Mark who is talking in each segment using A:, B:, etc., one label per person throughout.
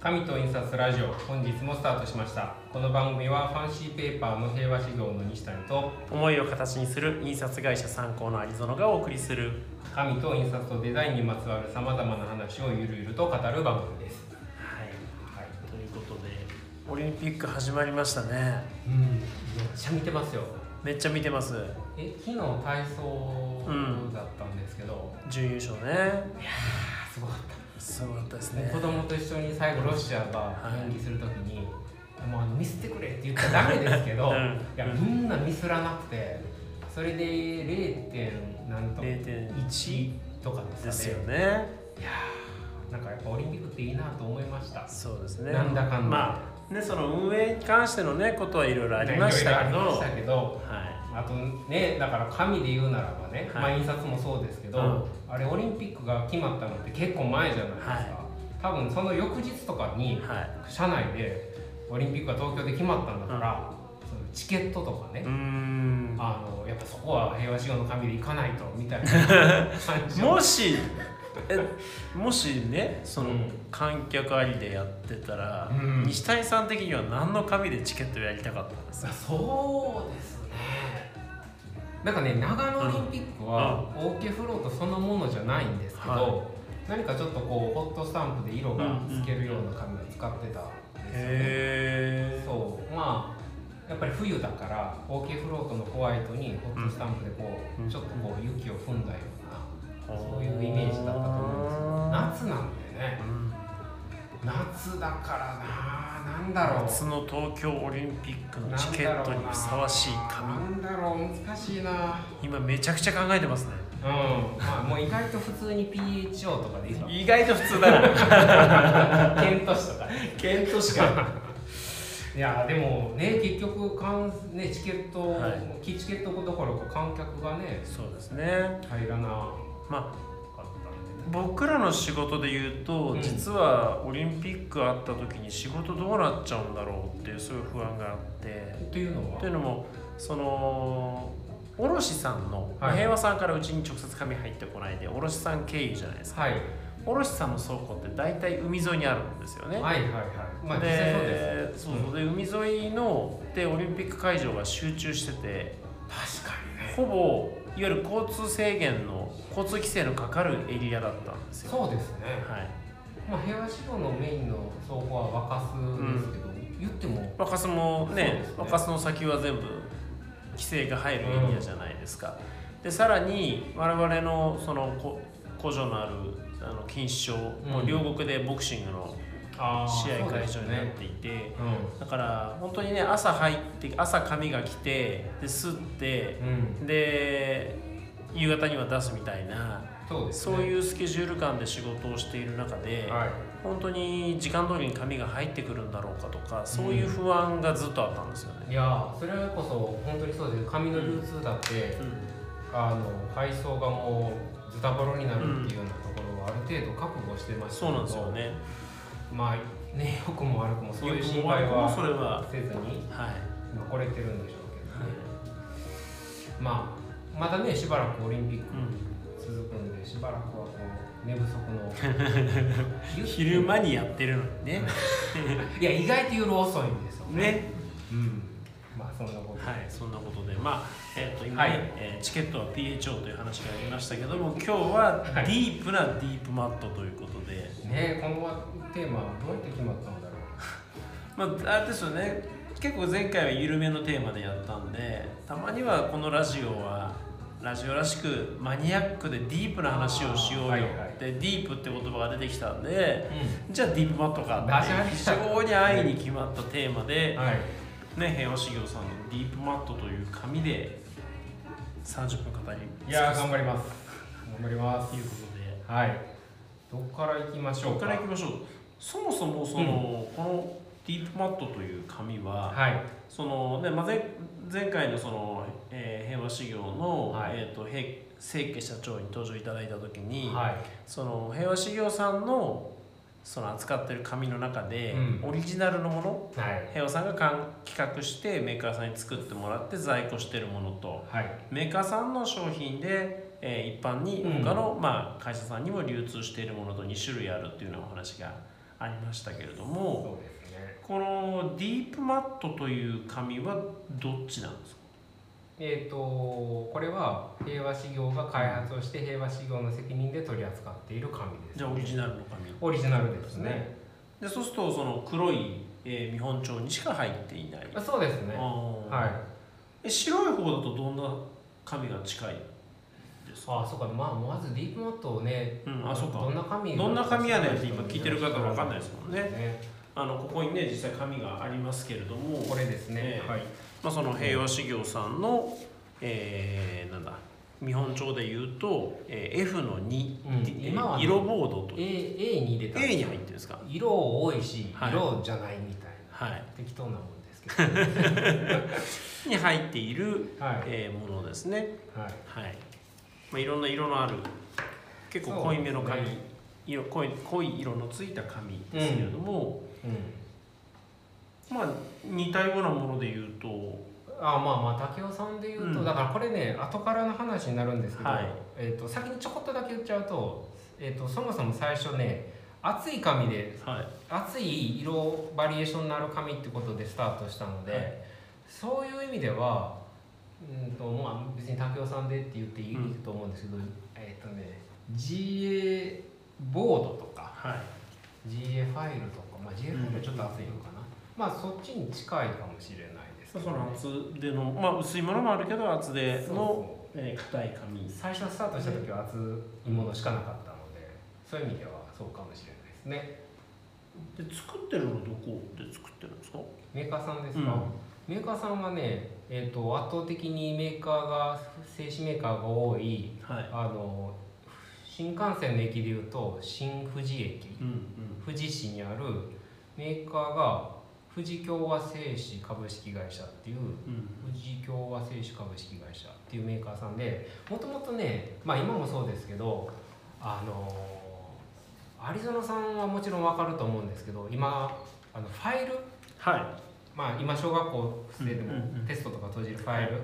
A: 紙と印刷ラジオ本日もスタートしましたこの番組はファンシーペーパーの平和修行の西谷と
B: 思いを形にする印刷会社参考のアリゾノがお送りする
A: 紙と印刷とデザインにまつわるさまざまな話をゆるゆると語る番組です
B: はい
A: はい
B: ということでオリンピック始まりましたね
A: うんめっちゃ見てますよ
B: めっちゃ見てます
A: え昨日体操だったんですけど、
B: 準優勝ね
A: あーすごかっ
B: すごかったです
A: た、ね、
B: ね
A: 子供と一緒に最後ロシアが演技するときに、もうあの見せてくれって言っちゃダメですけど、
B: うん
A: いやみんなミスらなくてそれで 0. 点なんと
B: 0.1
A: とかですかね
B: ですよね
A: いやーなんかやっぱオリンピックっていいなと思いました
B: そうですね
A: なんだかんだ
B: まあねその運営に関してのねことはいろいろありましたけ
A: いろいろあり
B: ど
A: ましたけど
B: は
A: あとねだから紙で言うならばね、
B: はい
A: まあ印刷もそうですけど、
B: う
A: あれオリンピックが決まったのって結構前じゃないですか、
B: はい
A: 多分その翌日とか
B: い
A: に
B: はい
A: 社内でオリンピックが東京で決まったんだから、そのチケットとかね、
B: うーん
A: あのやっぱそこは平和志願の紙で行かないとみたいな感じ
B: もしえもしねその、
A: うん
B: 観客ありでやってたら、
A: うん
B: 西谷さん的には何の紙でチケットやりたかったんですか
A: そうですねなんかね長野オリンピックはオーケーフロートそのものじゃないんですけど、
B: は
A: 何かちょっとこうホットスタンプで色がつけるような紙を使ってたんですよね、
B: へ
A: そうまあやっぱり冬だからオーケーフロートのホワイトにホットスタンプでこう、
B: うん
A: ちょっとこう雪を踏んだよう
B: え
A: な、そういうイメージだったと思うんですけど夏なんでね
B: うん
A: 夏だからななんだろう
B: 夏の東京オリンピックのチケットにふさわしい紙
A: なんだろう難しいな
B: 今めちゃくちゃ考えてますね
A: うん、まあもう意外と普通に PHO とかでいいか
B: 意外と普通だな
A: 検討士とか
B: 検討しか
A: いやでもね結局かん、ね、チケット、
B: はい
A: キチケットどころか観客がね
B: そうですね
A: 入らな
B: まあ
A: かったんで
B: 僕らの仕事で言うと、
A: うん
B: 実はオリンピックあった時に仕事どうなっちゃうんだろうっていうそういう不安があって
A: というのは
B: というのもその卸さんの、
A: はい
B: 平和さんからうちに直接紙入ってこないで卸さん経由じゃないですか
A: はい
B: 卸さんの倉庫って大体海沿いにあるんですよね、
A: はいはいはいまあ実際そうです
B: でそうそうで海沿いのでオリンピック会場が集中してて
A: 確かにね
B: ほぼいわゆる交通制限の交通規制のかかるエリアだったんですよ、
A: そうですね、
B: はい、
A: まあ、平和志望のメインの倉庫は若洲ですけど、言っても
B: 若洲もね
A: そうですね
B: 若洲の先は全部規制が入るエリアじゃないですか、でさらに我々のそのこ工場のあるあの錦糸町も
A: うん
B: 両国でボクシングの
A: あ
B: 試合会場になっ
A: ね
B: ていて、
A: う
B: だから本当にね朝入って朝紙が来てで吸って
A: ん、うん、
B: で夕方には出すみたいな
A: そうです
B: そ
A: ね
B: ういうスケジュール感で仕事をしている中で、
A: はい
B: 本当に時間通りに紙が入ってくるんだろうかとかそういう不安がずっとあったんですよね。
A: いやーそれこそ本当にそうです紙の流通だって、あの配送がもうズタボロになるっていうようなところはある程度覚悟してました
B: そうなんですよね。
A: まあね 良くも悪くもそういう心配
B: もうそ
A: は
B: れは、
A: せずに
B: はい、
A: 残れてるんでしょうけどね、まあまだねしばらくオリンピック
B: う
A: 続くんでしばらくはこう寝不足 の
B: ん、昼間にやってるのにね。
A: いや意外と夜遅いんですよね
B: ね
A: うんまあそんなこと
B: はい、そんなことで、まあ、えっ、と、今、ね
A: はい
B: えーチケットは PHO という話がありましたけども、今日は
A: はい
B: ディープなディープマットということで、
A: ねこのテーマどうやって決まったんだろう
B: まあ、あれですよね、結構前回は緩めのテーマでやったんで、たまにはこのラジオは、ラジオらしくマニアックでディープな話をしようよ、
A: はいはい
B: で、ディープって言葉が出てきたんで、
A: う
B: じゃあディープマットか
A: 出
B: っ
A: しま
B: て、非
A: した
B: 常に安易に決まったテーマで、
A: はい
B: ね、平和修行さんのディープマットという紙で30分語り
A: いやー頑張ります頑張ります
B: ということで
A: はい。どこから行きましょ
B: こ
A: う
B: こ
A: か。
B: からいきましょうそもそもその、このディープマットという紙は、
A: はい。
B: そのねまあ、前前回のその、えー平和修行の、
A: はい
B: えー、と平清家社長に登場いただいた時に、
A: はい。
B: その平和修行さんのその扱ってる紙の中で、
A: うん
B: オリジナルのもの
A: はい。
B: 平和さんがかん企画してメーカーさんに作ってもらって在庫してるものと
A: はい。
B: メーカーさんの商品で、えー一般に
A: うん
B: 他の、まあ、会社さんにも流通しているものと2種類あるっていうようなお話がありましたけれど
A: そ
B: も
A: うですね
B: このディープマットという紙はどっちなんですか
A: えっ、とこれは平和企業が開発をして平和企業の責任で取り扱っている紙です
B: じゃあオリジナルの紙
A: オリジナルですね
B: でそうするとその黒い、えー見本帳にしか入っていない、
A: あそうですね
B: あー
A: はい
B: え白い方だとどんな紙が近いですか
A: あそうかまあまずディープマットをね、
B: うんあそうか
A: どんな紙
B: どんな紙やねんって今聞いてる方は分かんないですもんね
A: ね
B: あのここにね実際紙がありますけれども
A: これですね
B: え、え
A: はい
B: まあ、その平和修行さんの、えーなんだ見本帳で言うと、えー F
A: う
B: の2、
A: ん
B: えー
A: 今はね
B: 色ボードと
A: A, A に入れた
B: A に入ってるんですか
A: 色多いし、
B: はい
A: 色じゃないみたい
B: はい
A: な適当なもんですけどはい
B: に入っている、
A: はい
B: えーものですねはい、まあ、いろんな色のある結構濃いめの
A: そう
B: 紙、
A: ですね
B: 色濃い濃い色のついた紙ですけれども、
A: うん
B: まあ似たようなもので言うと
A: あまあまあ竹雄さんで言うと、
B: うん
A: だからこれね後からの話になるんですけど、
B: はい
A: えっと先にちょこっとだけ言っちゃうと,、えっとそもそも最初ね厚い紙で
B: はい
A: 熱い色バリエーションのある紙ってことでスタートしたので、
B: はい
A: そういう意味ではうんとまあ別に竹雄さんでって言っていい
B: うん
A: と思うんですけど、えっ、とね GA ボードとか
B: はい
A: GA ファイルとか、まあ、GA ファイルはちょっと熱いのかな、まあそっちに近いかもしれないです
B: そ
A: けど、
B: の厚手のまあ薄いものもあるけど厚手
A: そう
B: の
A: そ
B: えー硬い紙
A: う最初スタートした時は熱いものしかなかったのでそういう意味ではそうかもしれないですね
B: で作ってるのはどこで作ってるんですか
A: メーカーさんですか、メーカーさんはね、えー、と圧倒的にメーカーが製紙メーカーが多い
B: はい、
A: あの新幹線の駅でいうと新富士駅
B: うん
A: 富士市にあるメーカーが富士共和製紙株式会社っていう
B: うんうん、
A: 富士共和製紙株式会社っていうメーカーさんでもともとねまあ今もそうですけどあのアリゾナさんはもちろんわかると思うんですけど今あのファイル
B: は
A: まあ、今小学校生でも
B: うんうんうん
A: テストとか閉じるファイル、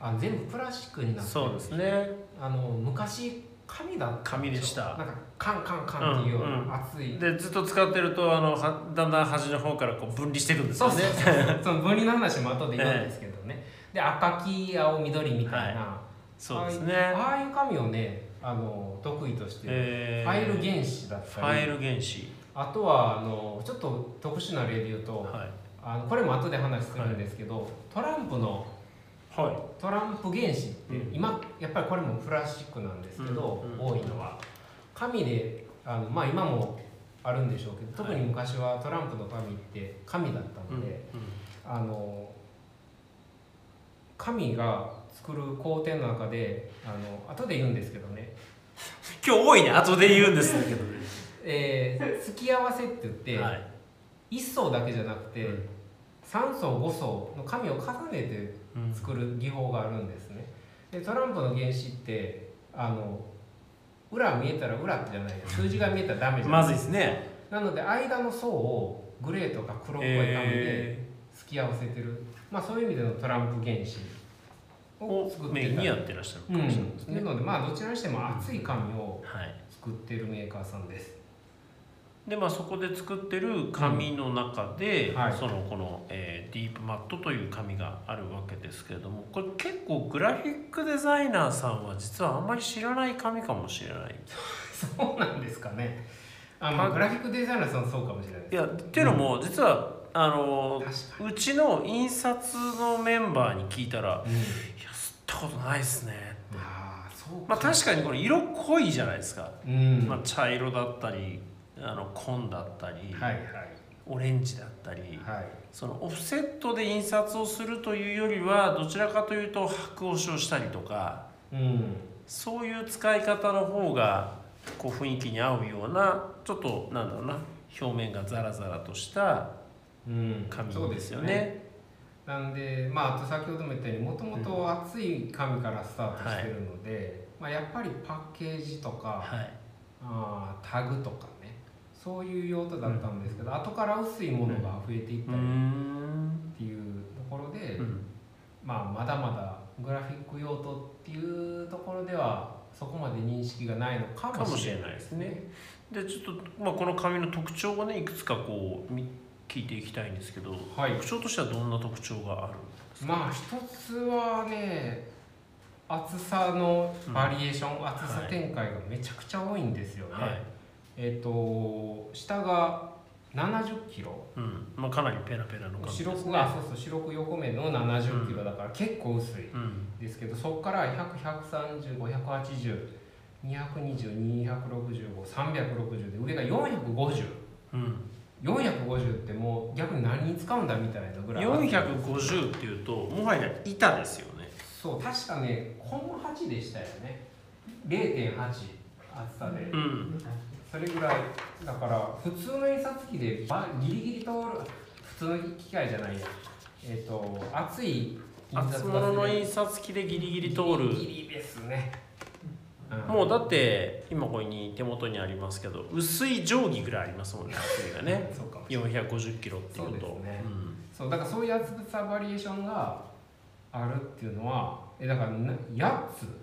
A: あの全部プラスチックに
B: い
A: なって
B: そうですね
A: あの昔紙だったんですよ
B: 紙でした
A: なんかカンカンカンっていうよう
B: うんうん
A: な熱い、
B: でずっと使ってるとあのはだんだん端の方からこう分離していくんです
A: そう
B: よ
A: そう
B: ね
A: そうその分離の話も後で言うんですけどね、で赤黄青緑みたいな、
B: そうです
A: ああいう
B: ね
A: ああいう紙をねあの得意としてる、
B: え
A: ファイル
B: 子
A: 原子だっ
B: フ
A: たり
B: ァイル原子
A: あとはあのちょっと特殊な例で言うと、
B: は
A: あのこれも後で話するんですけど、トランプの
B: いはい
A: トランプ原子って
B: うん
A: 今やっぱりこれもプラスチックなんですけど、
B: うんうん
A: 多いのは紙であのまあ今もあるんでしょうけど特に昔はトランプの紙って紙だった
B: うん
A: ので、あの紙が作る工程の中であの後で言うんですけどね、
B: 今日多いね後で言うんですけどね
A: えー付き合わせって言って、
B: はい
A: 一層だけじゃなくて、
B: うん
A: 三層五層の紙を重ねて
B: うん
A: 作る技法があるんですね。でトランプの原子ってあの裏見えたら裏ってじゃない です数字が見えたらダメじゃない
B: まずいですね
A: なので間の層をグレーとか黒っぽい紙で
B: え
A: 付き合わせてる、まあそういう意味でのトランプ原子
B: ー
A: を
B: を
A: 作って
B: メイン
A: た
B: に
A: り
B: やってらっしゃ
A: う
B: るかもしれな
A: ん
B: いです、
A: な
B: ね、
A: のでまあどちらにしても厚い紙を
B: はい
A: 作ってるメーカーさんです。
B: でまあそこで作ってる紙の中で、
A: うんはい
B: そのこの、えーディープマットという紙があるわけですけれどもこれ結構グラフィックデザイナーさんは実はあんまり知らない紙かもしれない。
A: そうなんですかね。あまあグラフィックデザイナーさんそうかもしれない
B: い
A: です。
B: やっていうのも、実はあの
A: 確
B: うちの印刷のメンバーに聞いたら
A: かに。うん
B: 「いや吸ったことないですね
A: ああそう」か。
B: まあ確かにこれ色濃いじゃないですか、
A: うん。
B: まあ
A: は、
B: 茶色だったりあの紺だったり、
A: いはい
B: オレンジだったり。
A: はい。
B: そのオフセットで印刷をするというよりはどちらかというと白押しをしたりとか
A: うん、
B: そういう使い方の方がこう雰囲気に合うようなちょっとなんだろうな表面がザラザラとした
A: うん、そう
B: 紙ですよね。
A: なんでまああと先ほども言ったようにもともと厚い紙からスタートしてるので、まあ、やっぱりパッケージとか
B: はい、
A: あータグとかねそういう用途だったんですけど、後から薄いものが増えていっ
B: う
A: た
B: ー
A: り
B: ん、
A: っていうところで、
B: うん
A: まあ、まだまだグラフィック用途っていうところではそこまで認識がないのかもしれないです
B: かもしれない
A: ね。
B: でちょっと、まあ、この紙の特徴をねいくつかこうみ聞いていきたいんですけど、
A: はい
B: 特徴としてはどんな特徴がある
A: まあ一つはね厚さのバリエーション、厚さ展開がめちゃくちゃ多いんですよね。
B: はい
A: えっ、と下が70キロ
B: うんまあ、かなりペラペラの感じ
A: 白
B: です
A: く
B: ね
A: がそうそう白く横目の70キロだから結構薄い。
B: うん
A: ですけどそこから1001351802202605360で上が450450
B: うん、
A: ってもう逆に何に使うんだみたいなぐらい
B: 450っていうともはや板ですよね
A: そう確かねコンマ8でしたよね0.8厚さで、
B: うん
A: それぐらいだから普通の印刷機でばギリギリ通る普通の機械じゃないやえっ、と厚い印刷
B: 厚物の
A: 印
B: 印刷機でギリギリ通
A: ギ
B: る
A: リギリですね、うん
B: もうだって今ここに手元にありますけど薄い定規ぐらいありますもんね厚みがね
A: そうかも
B: 450キロっていうと
A: そうですねそうだからそういう厚さバリエーションがあるっていうのはえだからな8つ
B: うん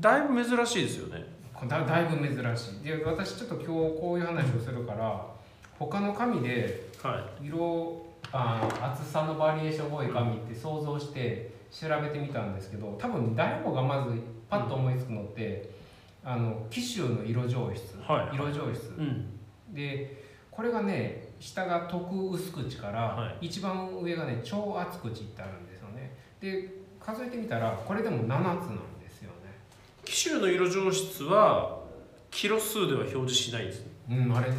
B: だいぶ珍しいですよね
A: こだだいぶ珍しいで私ちょっと今日こういう話をするから他の紙で
B: は
A: 色あ厚さのバリエーション多い紙って想像して調べてみたんですけど多分誰もがまずパッと思いつくのって、あの紀州の色上質、
B: はい
A: 色上質
B: い、うん、
A: でこれがね下が特薄口から、
B: は
A: 一番上がね超厚口ってあるんですよねで数えてみたらこれでも7つなんですよ
B: 紀州の色上質はキロ数では表示しないんですね
A: ねうんあれ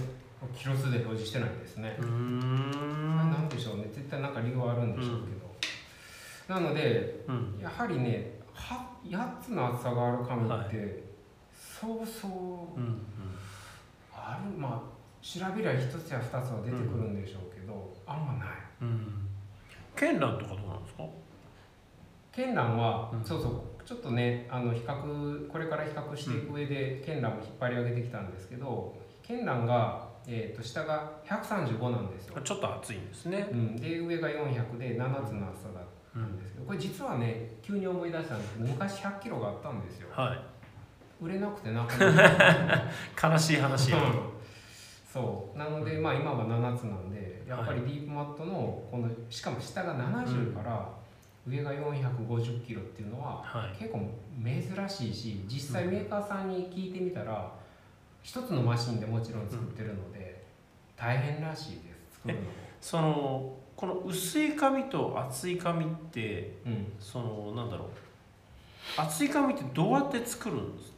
A: キロ数で表示してないんですね
B: うーん
A: あなんでしょうね絶対なんか理由はあるんでしょうけど、なので
B: うん
A: やはりねは8つの厚さがある紙って、そうそう
B: うんうん
A: あるまあ調べりゃ1つや2つは出てくるんでしょうけど、あんまない
B: うん絢爛とかどうなんですか
A: 絢爛は、
B: うん
A: そうそうちょっとねあの比較これから比較していく上で絢爛を引っ張り上げてきたんですけど絢爛が、えー、と下が135なんですよ、
B: ちょっと厚いんですね
A: うん、で上が400で7つの厚さだったんですけどこれ実はね急に思い出したんですけど昔1 0 0キロがあったんですよ
B: は
A: 売れなくてなくなった
B: い悲しい話や
A: うんそうなので、まあ、今は7つなんでやっぱりディープマットのこのしかも下が70から上が450キロっていうのは、
B: は
A: 結構珍しいし実際メーカーさんに聞いてみたら一、つのマシンでもちろん作ってるので、大変らしいです作るのも
B: そのこの薄い紙と厚い紙って
A: うん
B: そのなんだろう厚い紙ってどうやって作るんですか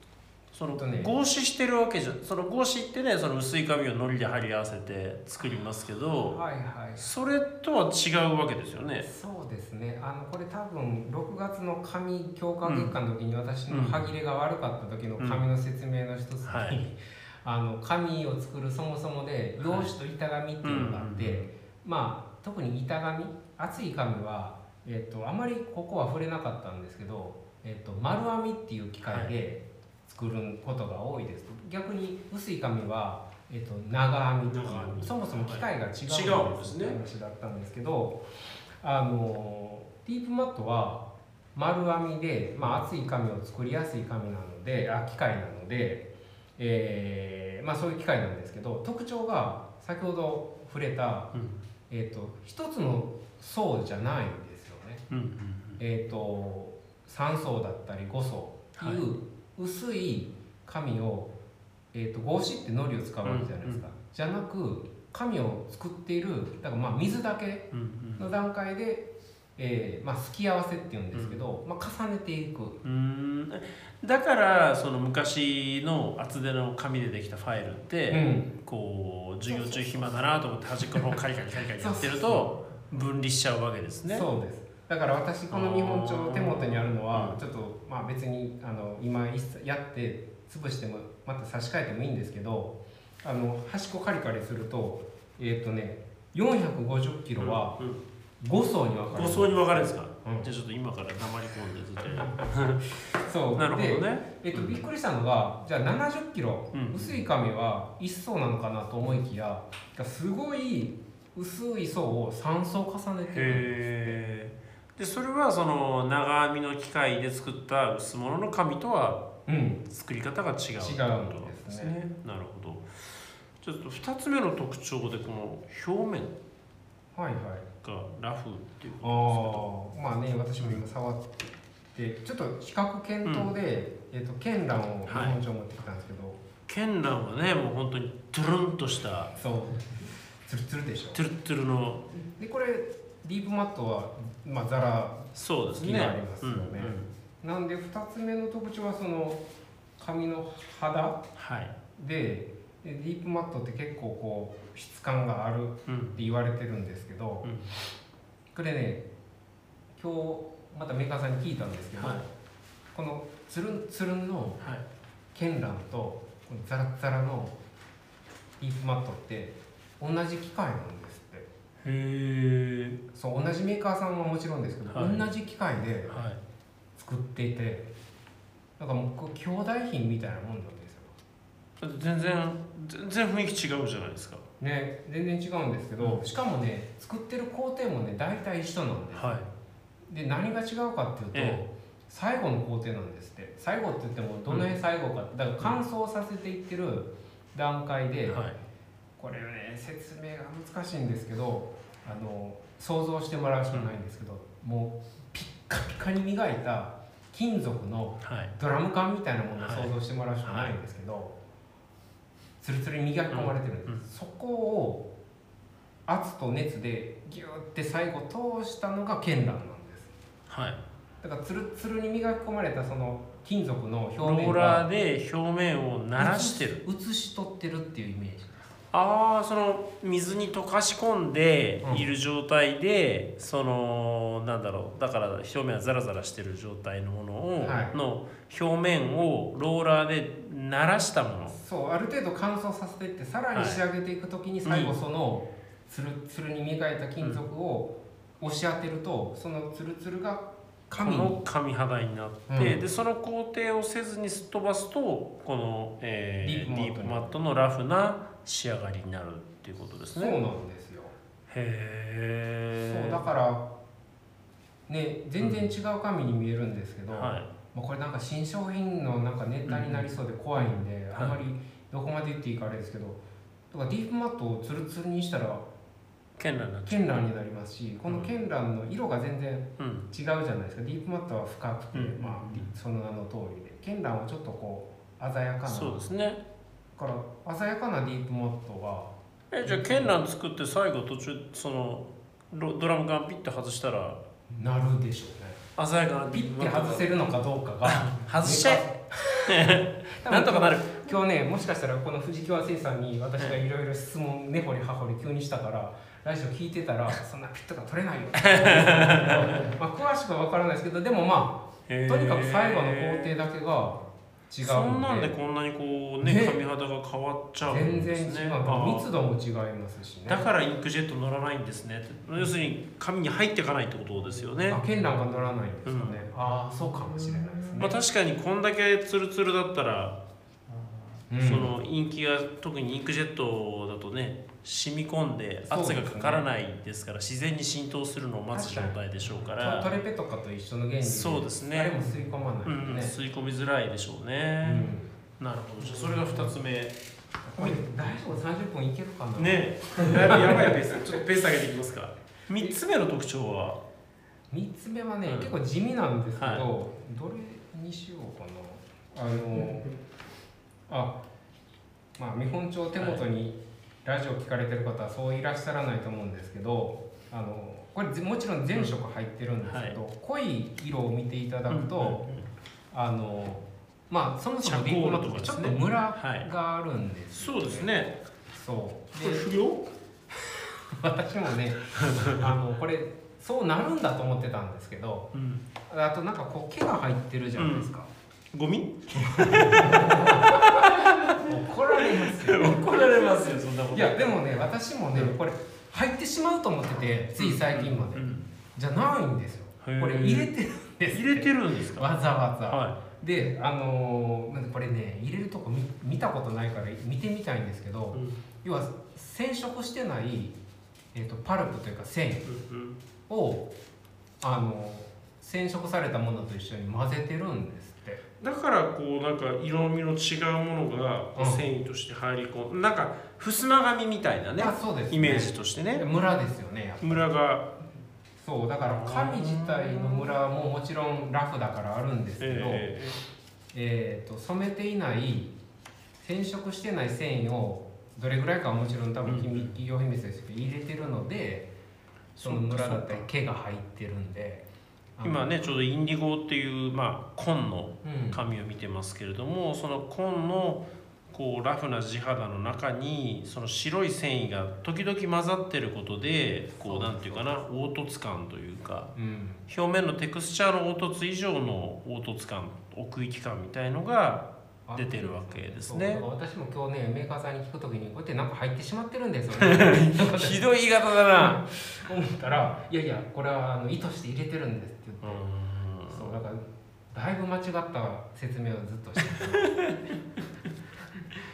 B: その
A: えっとね
B: 合紙してるわけじゃその合紙ってねその薄い紙を糊で貼り合わせて作りますけど
A: はいはい
B: それとは違うわけですよね
A: そうですねあのこれ多分6月の紙強化月間の時に私の歯切れが悪かった時の紙の説明の一つに、
B: うんは
A: あの紙を作るそもそもで用紙と板紙っていうのがあって、
B: うんうん
A: まあ特に板紙厚い紙は、えっとあまりここは触れなかったんですけど、えっと丸編みっていう機械で作ることが多いです、逆に薄い紙は、えっと長編みっていう
B: 長編み
A: そもそも機械が違うんです
B: 違うんですね
A: 話だったんですけどあのディープマットは丸編みで、まあ、厚い紙を作りやすい紙なのであ機械なので、えーまあ、そういう機械なんですけど特徴が先ほど触れた、
B: うん
A: えー、と一つの層じゃないんですよね。
B: うんうん
A: えー、と3層だったり5層っていう薄い紙を、えー、と合紙ってのりを使うわけじゃないですか、じゃなく紙を作っているだからまあ水だけ
B: うんうん
A: の段階で、えーまあ、すき合わせっていうんですけど、まあ、重ねていく
B: うーんだからその昔の厚手の紙でできたファイルって、
A: うん
B: こう授業中暇だなと思って端っこの方カリカリカリカリやってると分離しちゃうわけですね。
A: そうですだから私この日本帳手元にあるのは
B: うん
A: ちょっとまあ別にあの今一切やって潰してもまた差し替えてもいいんですけどあの端っこカリカリするとえっ、とね450キロは
B: うん
A: 5層に分かれ
B: 5
A: る、
B: 層に分かれるんですか、
A: うん
B: じゃあちょっと今から黙り込んでずっとやる
A: そう
B: なるほど
A: で、
B: ね。
A: えっとびっくりしたのがじゃあ70キロ、
B: うん
A: 薄い紙は1層なのかなと思いきやすごい薄い層を3層重ねてる
B: へえでそれはその長編みの機械で作った薄物の紙とは
A: うん
B: 作り方が違う
A: 違うんですね
B: なるほどちょっと2つ目の特徴でこの表面
A: はいはい
B: がラフっていう
A: ああまあね私も今触ってちょっと比較検討で、えっと剣蘭を日本酒を持ってきたんですけど、
B: 絢爛はねもう本当にトゥルンとした
A: そうツルツルでしょ
B: トゥルトゥルの
A: でこれディープマットは、まあ、ザラ
B: そうですね
A: にはありますよね
B: うんうん
A: なんで2つ目の特徴はその髪の肌
B: はい、
A: ででディープマットって結構こう質感がある
B: うん
A: って言われてるんですけど、
B: うん
A: これね今日またメーカーさんに聞いたんですけど、
B: はい
A: このつるんつるんの
B: はい、
A: 絢爛とこのザラッザラのリーフマットって同じ機械なんですって
B: へえ、
A: そう同じメーカーさんはもちろんですけど、
B: はい
A: 同じ機械で
B: は
A: 作っていてなんかもうこう兄弟品みたいなもんなんですよ
B: い、だって全然全然雰囲気違うじゃないですか
A: ね全然違うんですけどしかもね作ってる工程もね大体一緒なんです
B: はい
A: で何が違うかっていうと、
B: え
A: 最後の工程なんですって最後って言ってもどの辺最後か、だから乾燥させていってる段階で、
B: はい、
A: これね説明が難しいんですけどあの想像してもらうしかないんですけど、もうピッカピカに磨いた金属の
B: はい、
A: ドラム缶みたいなものを想像してもらうしかないんですけど、つるつるに磨き込まれてるんです、
B: うんうん
A: そこを圧と熱でギューって最後通したのが剣弾なんです
B: はい、
A: だからつるつるに磨き込まれたその金属の表
B: ロ
A: 面
B: ー
A: が
B: ラーで表面を慣らしてる
A: 写し取ってるっていうイメージ
B: ああその水に溶かし込んで
A: うん
B: いる状態で、そのなんだろうだから表面はザラザラしてる状態のものを、
A: はい
B: の表面をローラーで慣らしたもの
A: そうある程度乾燥させていってさらに仕上げていく時に
B: は
A: 最
B: い
A: 後そのつるつるに磨いた金属を押し当てるとそのつるつるが紙
B: こ
A: に
B: の紙肌になって、
A: うん
B: でその工程をせずにすっ飛ばすとこの、えー
A: デ
B: デ
A: ィ
B: ィ
A: ー
B: ー
A: プ
B: プ
A: マ
B: マ
A: ッ
B: ットのラフな仕上がりになるっていうことです
A: そう
B: ね。
A: な
B: へ
A: んですよそうだ
B: え。
A: からね全然違う紙に見えるんですけど、
B: はい
A: まあ、これなんか新商品のなんかネタになりそうで怖いんで、
B: ん
A: あんまりどこまで言っていいかあれですけどだからディープマットをツルツルにしたら
B: 剣なんだ。
A: 絢爛になりますしこの絢爛の色が全然
B: うん。
A: 違うじゃないですかディープマットは深くて、
B: うん
A: まあ、その名の通りで絢爛はちょっとこう鮮やかな
B: そうですね。
A: だから鮮やかなディープマットは
B: えじゃあ剣なん作って最後途中そのロドラム缶ピッて外したら
A: なるでしょうね
B: 鮮やかな
A: ピッて外せるのかどうかが
B: 外しちゃ え。なんとかなる。
A: 今日ねもしかしたらこの藤木和生さんに私がいろいろ質問根掘り葉掘り急にしたからラジオ聞いてたらそんなピットが取れない よまあ詳しくは分からないですけどでもまあとにかく最後の工程だけが違う
B: そんなん
A: ん
B: で
A: で
B: こんなにこうね
A: ね
B: 髪肌が変わっちゃう
A: 全
B: ん
A: 然
B: で
A: 違う
B: すね。
A: 密度も違いますしね
B: だからインクジェット乗らないんですねって要するに紙に入っていかないってことですよね、
A: あ絢爛が乗らないんですかね、ああそうかもしれないですね、
B: まあ、確かにこんだけツルツルだったら、
A: うん
B: そのインキが特にインクジェットだとね染み込んで
A: そうです
B: 圧
A: ね
B: がかからないですから自然に浸透するのを待つ状態でしょうから
A: トトレペとかと一緒の原理
B: そうですね
A: あれも吸い込まない
B: うん
A: よ
B: うん、
A: ね、
B: 吸い込みづらいでしょう
A: うん
B: ね、なるほどじゃあそれが2つ目
A: これ大丈夫30分いけるかな
B: ねだいぶやばいペースちょっとペース上げていきますか3つ目の特徴は
A: 3つ目はね、
B: うん
A: 結構地味なんですけど、
B: はい
A: どれにしようかなあのあまあ見本帳手元にラジオ聞かれてる方はそういらっしゃらないと思うんですけどあのこれぜもちろん全色入ってるんですけど、濃い色を見ていただくと、
B: うんうんうん
A: あのまあそもそもディープマットってちょっとムラがあるんですよ
B: そうですね
A: そう
B: これ
A: で
B: 不良
A: 私もねあのこれそうなるんだと思ってたんですけど
B: うん、
A: あとなんかこう毛が入ってるじゃないですか、
B: ゴミ
A: 怒られます よ
B: 怒られますよそんなこと
A: いやでもね私もねこれ入ってしまうと思っててつい最近まで、
B: うん
A: じゃないんですよこ
B: へー
A: れ入れてるんです
B: 入れてるんですか
A: わざわざ、
B: は
A: であのーこれね入れるとこ見見たことないから見てみたいんですけ
B: い、
A: ど
B: うん
A: 要は染色してない、えー、とパルプというか繊維
B: うん
A: をあの染色されたものと一緒に混ぜてるんですっって
B: だからこうなんか色味の違うものがこう
A: うん
B: 繊維として入り込んなんか襖紙みたいなね
A: あそうですね
B: イメージとしてね
A: 村ですよねやっぱ
B: 村が
A: そうだから神自体の村ももちろんラフだからあるんですけど、
B: え
A: えー、と染めていない染色してない繊維をどれぐらいかはもちろん多分
B: うん
A: 秘密企業秘密ですけど入れてるのでその村だったり毛が入ってるんで
B: え今ねちょうどインディゴっていうまあ紺の
A: うん
B: 紙を見てますけれどもその紺のこうラフな地肌の中にその白い繊維が時々混ざってることでこうなんていうかな凹凸感というか
A: うん
B: 表面のテクスチャーの凹凸以上の凹凸感奥行き感みたいのが
A: あ
B: 出てるわけです
A: そう
B: ね
A: だから私も今日ねメーカーさんに聞くときにこうやってなんか入ってしまってるんですよ ね
C: ひどい言い方だな
A: 思ったら「いやいやこれはあの意図して入れてるんです」って言って
B: うん
A: そうだからだいぶ間違った説明をずっとしてた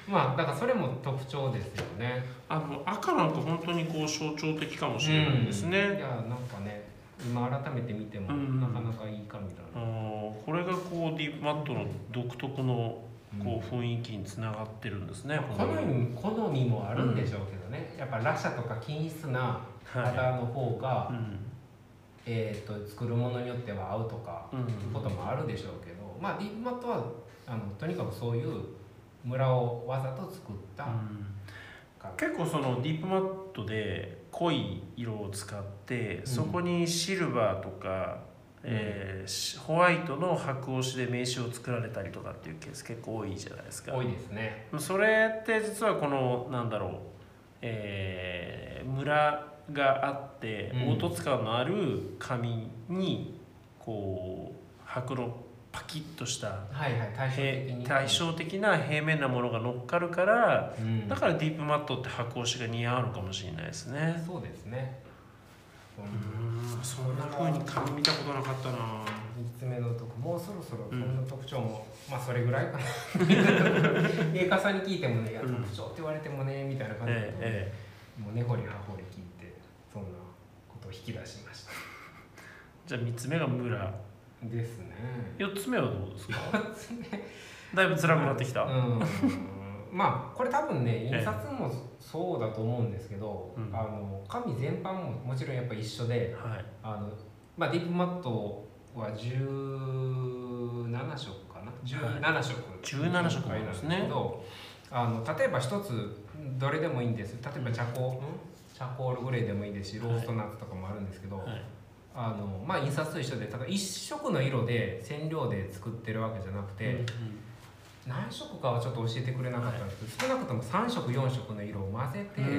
A: まあだからそれも特徴ですよね
B: あの赤なんか本当にこう象徴的かもしれないです
A: うんい
B: ね、
A: やなんかね今改めて見ても
B: うん
A: なかなかいい紙だな、
B: うんこれがこうディープマットの独特のこう雰囲気につながってるんですね、
A: 好み好みもあるんでしょうけどね、やっぱラシャとか均一な
B: は
A: 肌の方が、
B: いうん
A: えー、と作るものによっては合うとか
B: うん
A: いうこともあるでしょうけど、まあディープマットはあのとにかくそういう村をわざと作ったから、
B: 結構そのディープマットで濃い色を使って、
A: ん
B: そこにシルバーとか、えーしホワイトの白押しで名刺を作られたりとかっていうケース結構多いじゃないですか
A: 多いですね。
B: それって実はこのなんだろう、えー村があって
A: うん
B: 凹凸感のある紙にこう白のパキッとした
A: はいはい対照的
B: へ
A: に
B: 対照的な平面なものが乗っかるから
A: うん
B: だからディープマットって白押しが似合うのかもしれないですね。
A: そうですね。う
B: うんんそんな風に紙見たことなかったな。
A: 三つ目のとこもうそろそろ
B: う
A: そ
B: ん
A: んな特徴も、まあそれぐらいかな メーカーさんに聞いてもね「いや
B: うん
A: 特徴って言われてもね」みたいな感じで、
B: ええええ
A: もう根掘り葉掘り聞いてそんなことを引き出しました
B: じゃあ3つ目が村
A: ですね
B: 4つ目はどうですかだいぶ辛くなってきた。
A: うんまあこれ多分ね
B: ええ
A: 印刷もそうだと思うんですけど、
B: うん
A: あの紙全般ももちろんやっぱ一緒で、
B: はい
A: あのまあ、ディープマットは17色かな17色
B: 17色も
A: な
B: あるん
A: ん
B: で
A: ですす
B: ね
A: けどあの例えば一つどれでもいいんです例えばチャコ、チャコールグレーでもいいですしローストナッツとかもあるんですけど、
B: はい
A: あのまあ、印刷と一緒でただ一色の色で染料で作ってるわけじゃなくて、何色かはちょっと教えてくれなかったんですけど、少なくとも3色4色の色を混ぜて作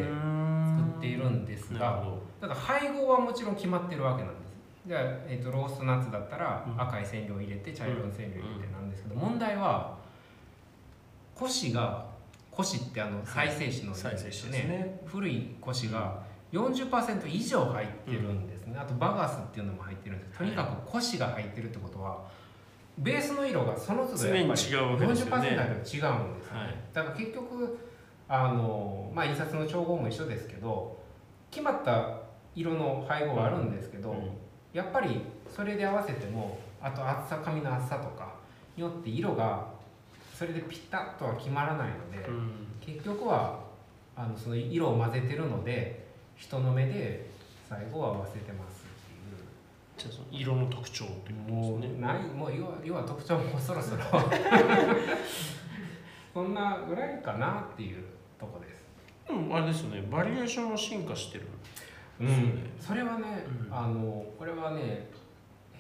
A: っているんですが。だから配合はもちろん決まってるわけなんですじゃあ、えー、とローストナッツだったら
B: うん
A: 赤い染料入れて茶色の染料入れ
B: う
A: てなんですけど問題は古紙が古紙ってあの再生紙の
B: 再生紙ですね
A: 古い古紙が40%以上入ってるんですね、あとバガスっていうのも入ってるんですとにかく古紙が入ってるってことはベースの色がその都度
B: 常
A: やっ
B: に
A: ぱり
B: 違うわけです
A: 40%
B: よ
A: 台が違
B: ね
A: うんですよね、
B: はい
A: だから結局あの、まあ、印刷の調合も一緒ですけど決まった色の配合はあるんですけど、やっぱりそれで合わせてもあと厚さ紙の厚さとかによって色がそれでピタッとは決まらないので、結局はあのその色を混ぜてるので人の目で最後は合わせてますっていう。
B: じゃあその色の特徴っていう
A: も
B: こ
A: う
B: とですね
A: ないもう要は要は特徴もそろそろ そんなぐらいかなっていうとこです。
B: でもあれですよねバリエーションも進化してる
A: うん、それはね、
B: うん
A: あのこれはね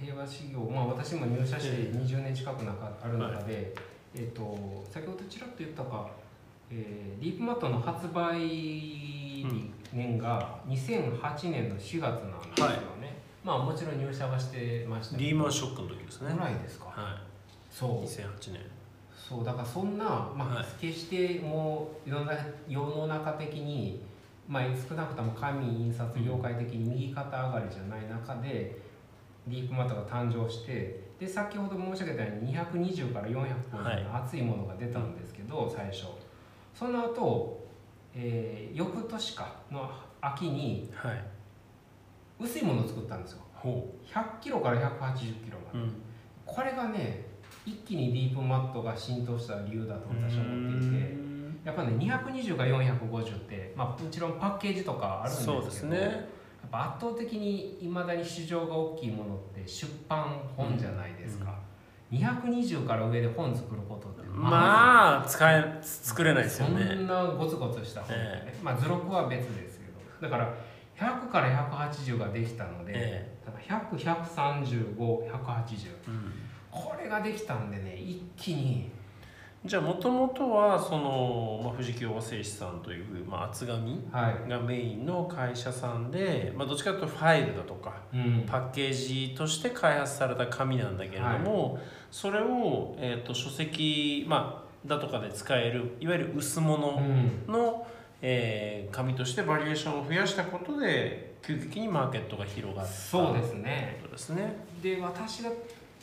A: 平和修行まあ私も入社して
B: え
A: 20年近くなかある中で、えっと先ほどちらっと言ったか、えーディープマットの発売年が2008年の4月なんですよね。まあもちろん入社はしてましたけど。
B: リーマンショックの時ですね
A: ぐらいですか。
B: は
A: そう
B: い。2008年
A: そうだからそんな、ま
B: は
A: あ、決してもう世の中世の中的に、まあ、少なくとも紙印刷業界的に右肩上がりじゃない中でディープマットが誕生してで先ほど申し上げたように220から400本
B: はい
A: の熱いものが出たんですけど、最初その後、えー翌年かの秋に
B: はい
A: 薄いものを作ったんですよ
B: ほ
A: 100キロから180キロまで
B: ううん
A: これがね一気にディープマットが浸透した理由だと私は思っていてやっぱね220か450って、まあ、もちろんパッケージとかあるんですけど
D: そうですね
A: やっぱ圧倒的にいまだに市場が大きいものって出版本じゃないですか、220から上で本作ることってあ
D: まあ使え作れないですよ
A: そ
D: ね
A: んなゴツゴツした本、ねまあ図録は別ですけどだから100から180ができたので、
D: え
A: だから
D: え
A: 10013580
D: うん
A: これができたんでね一気に
B: じゃあもともとはその、まあ、藤木和製紙さんという、まあ、厚紙
A: はい、
B: がメインの会社さんで、まあ、どっちかというとファイルだとか
A: うん、
B: パッケージとして開発された紙なんだけれども、それを、えー、と書籍、まあ、だとかで使えるいわゆる薄
A: う
B: 物
A: ん
B: の、えー紙としてバリエーションを増やしたことで急激にマーケットが広がった
A: そうですね
B: ということですね。
A: で私が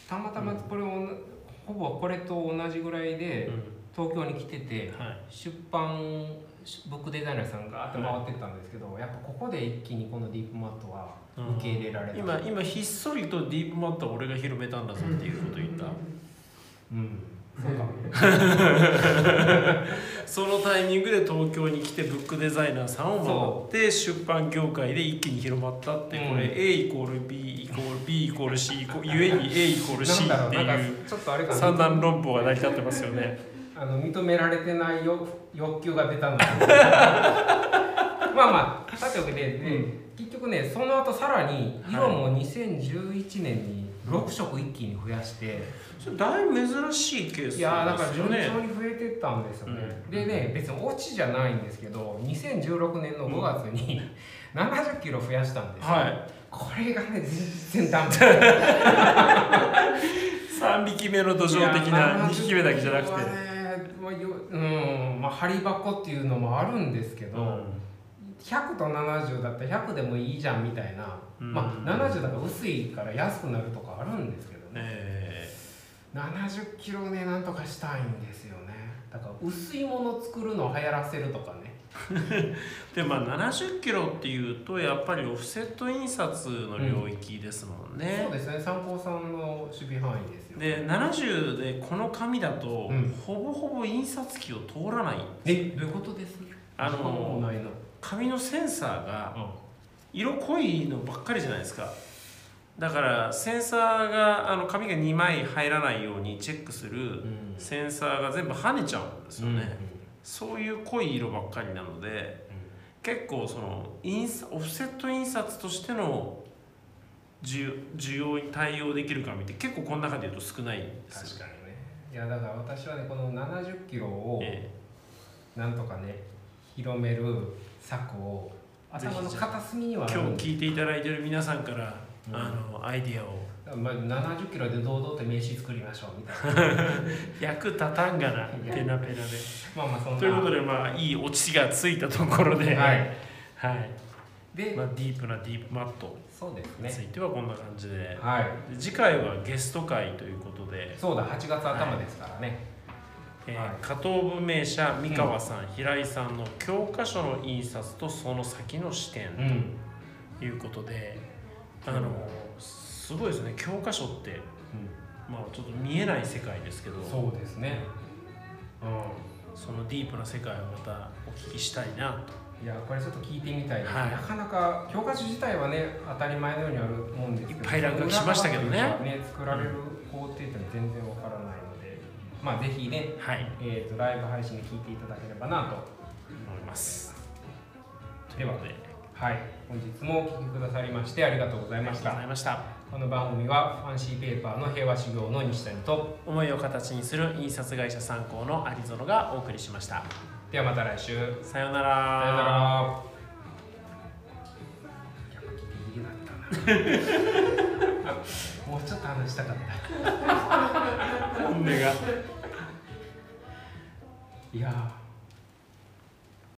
A: たまたまこれを、ほぼこれと同じぐらいで
B: うん
A: 東京に来てて
B: はい
A: 出版ブックデザイナーさんがーって回ってったんですけど、やっぱここで一気にこのディープマットは受け入れられた、
B: 今今ひっそりとディープマットは俺が広めたんだぞっていうことを言った、
A: うんそうかも
B: そのタイミングで東京に来てブックデザイナーさんを回って出版業界で一気に広まったって
A: うん
B: これ、A イコール B イコール B イコール C イコールゆえに A イコール C
A: なんだろ
B: っ
A: う
B: て
A: なん
B: いう
A: かちょっとあれか
B: 三
A: な
B: 段論法が成り立ってますよね。
A: あの認められてない欲欲求が出たんだ けどまあまあさておきで、で結局ねその後さらに色も2011年に6色一気に増やして、
B: それだいぶ珍しいケース
A: いやーだから
B: ですよ
A: 順調に
B: ね。
A: 増えてったんですよね、でね別にオチじゃないんですけど2016年の5月に70キロ増やしたんですよ、
B: は
A: これがね全然ダメ
B: い、3匹目の土壌的
A: いやま
B: な
A: あ
B: 2匹目だけじゃなくて
A: まあ。ねまあようんまあ、張り箱っていうのもあるんですけど、100と70だったら100でもいいじゃんみたいな、
B: うん
A: まあ、70だから薄いから安くなるとかあるんですけどね
B: え
A: 70キロねなんとかしたいんですよねだから薄いもの作るのを流行らせるとかね
B: ーでまあ70キロっていうとやっぱりオフセット印刷の領域ですもんね。
A: そうですね三高さんの守備範囲ですよ
B: で70でこの紙だと、
A: うん
B: ほぼほぼ印刷機を通らない
A: えどういうことです
B: あのー
A: そうないの
B: 紙のセンサーが色濃いのばっかりじゃないですかだからセンサーがあの紙が2枚入らないようにチェックする
A: うん
B: センサーが全部跳ねちゃうんですよね、
A: うん
B: そういう濃い色ばっかりなので
A: うん
B: 結構その印刷オフセット印刷としての需需要に対応できる紙って結構この中で言うと少ないんで
A: 確
B: すよ
A: かにねいやだから私はねこの70キロを
B: え
A: なんとかね広める策を頭の片隅には
B: 今
A: あ
B: 日
A: るんで
B: 聞いていただいてる皆さんから、
A: うん
B: あのアイディアを
A: まあ、70キロで堂々と名刺作りましょうみたいな
B: 役立たんがな
A: うん
B: ペナペナで。
A: まあまあそんな
B: ということでまあいいオチがついたところで、
A: は
B: は
A: い
B: い
A: で、
B: まあ、ディープなディープマット
A: そうです
B: に
A: ね
B: ついてはこんな感じで、
A: はい
B: で次回はゲスト会ということで、
A: そうだ8月頭ですからね、
B: えー
A: はい
B: 加藤文明社三河さん、平井さんの教科書の印刷とその先の視点
A: うん
B: ということで、あのすごいですね教科書って、まあ、ちょっと見えない世界ですけど。
A: そうですねうん
B: そのディープな世界をまたお聞きしたいなと。
A: いやこれちょっと聞いてみたいです、
B: はい
A: なかなか教科書自体はね当たり前のようにあるもんですけど
B: いっぱい落書きしましたけどね
A: 裏側というかね作られる工程っていうのは全然わからないので、まあぜひね、
B: はい、
A: えー、とライブ配信で聞いていただければな
B: 思います。
A: とでは
B: という
A: はい本日もお聞きくださりましてありがとうございま
B: ことでありがと
A: し
B: うござ
A: た
B: いました。
A: この番組はファンシーペーパーの平和修行の西谷と
B: 思いを形にする印刷会社参考のアリゾノがお送りしました。
A: ではまた来週さよ
B: さような
A: うなら
B: ら。
A: いやギリギリだったな もうちょっと話したかった
B: 本音が。
A: いやー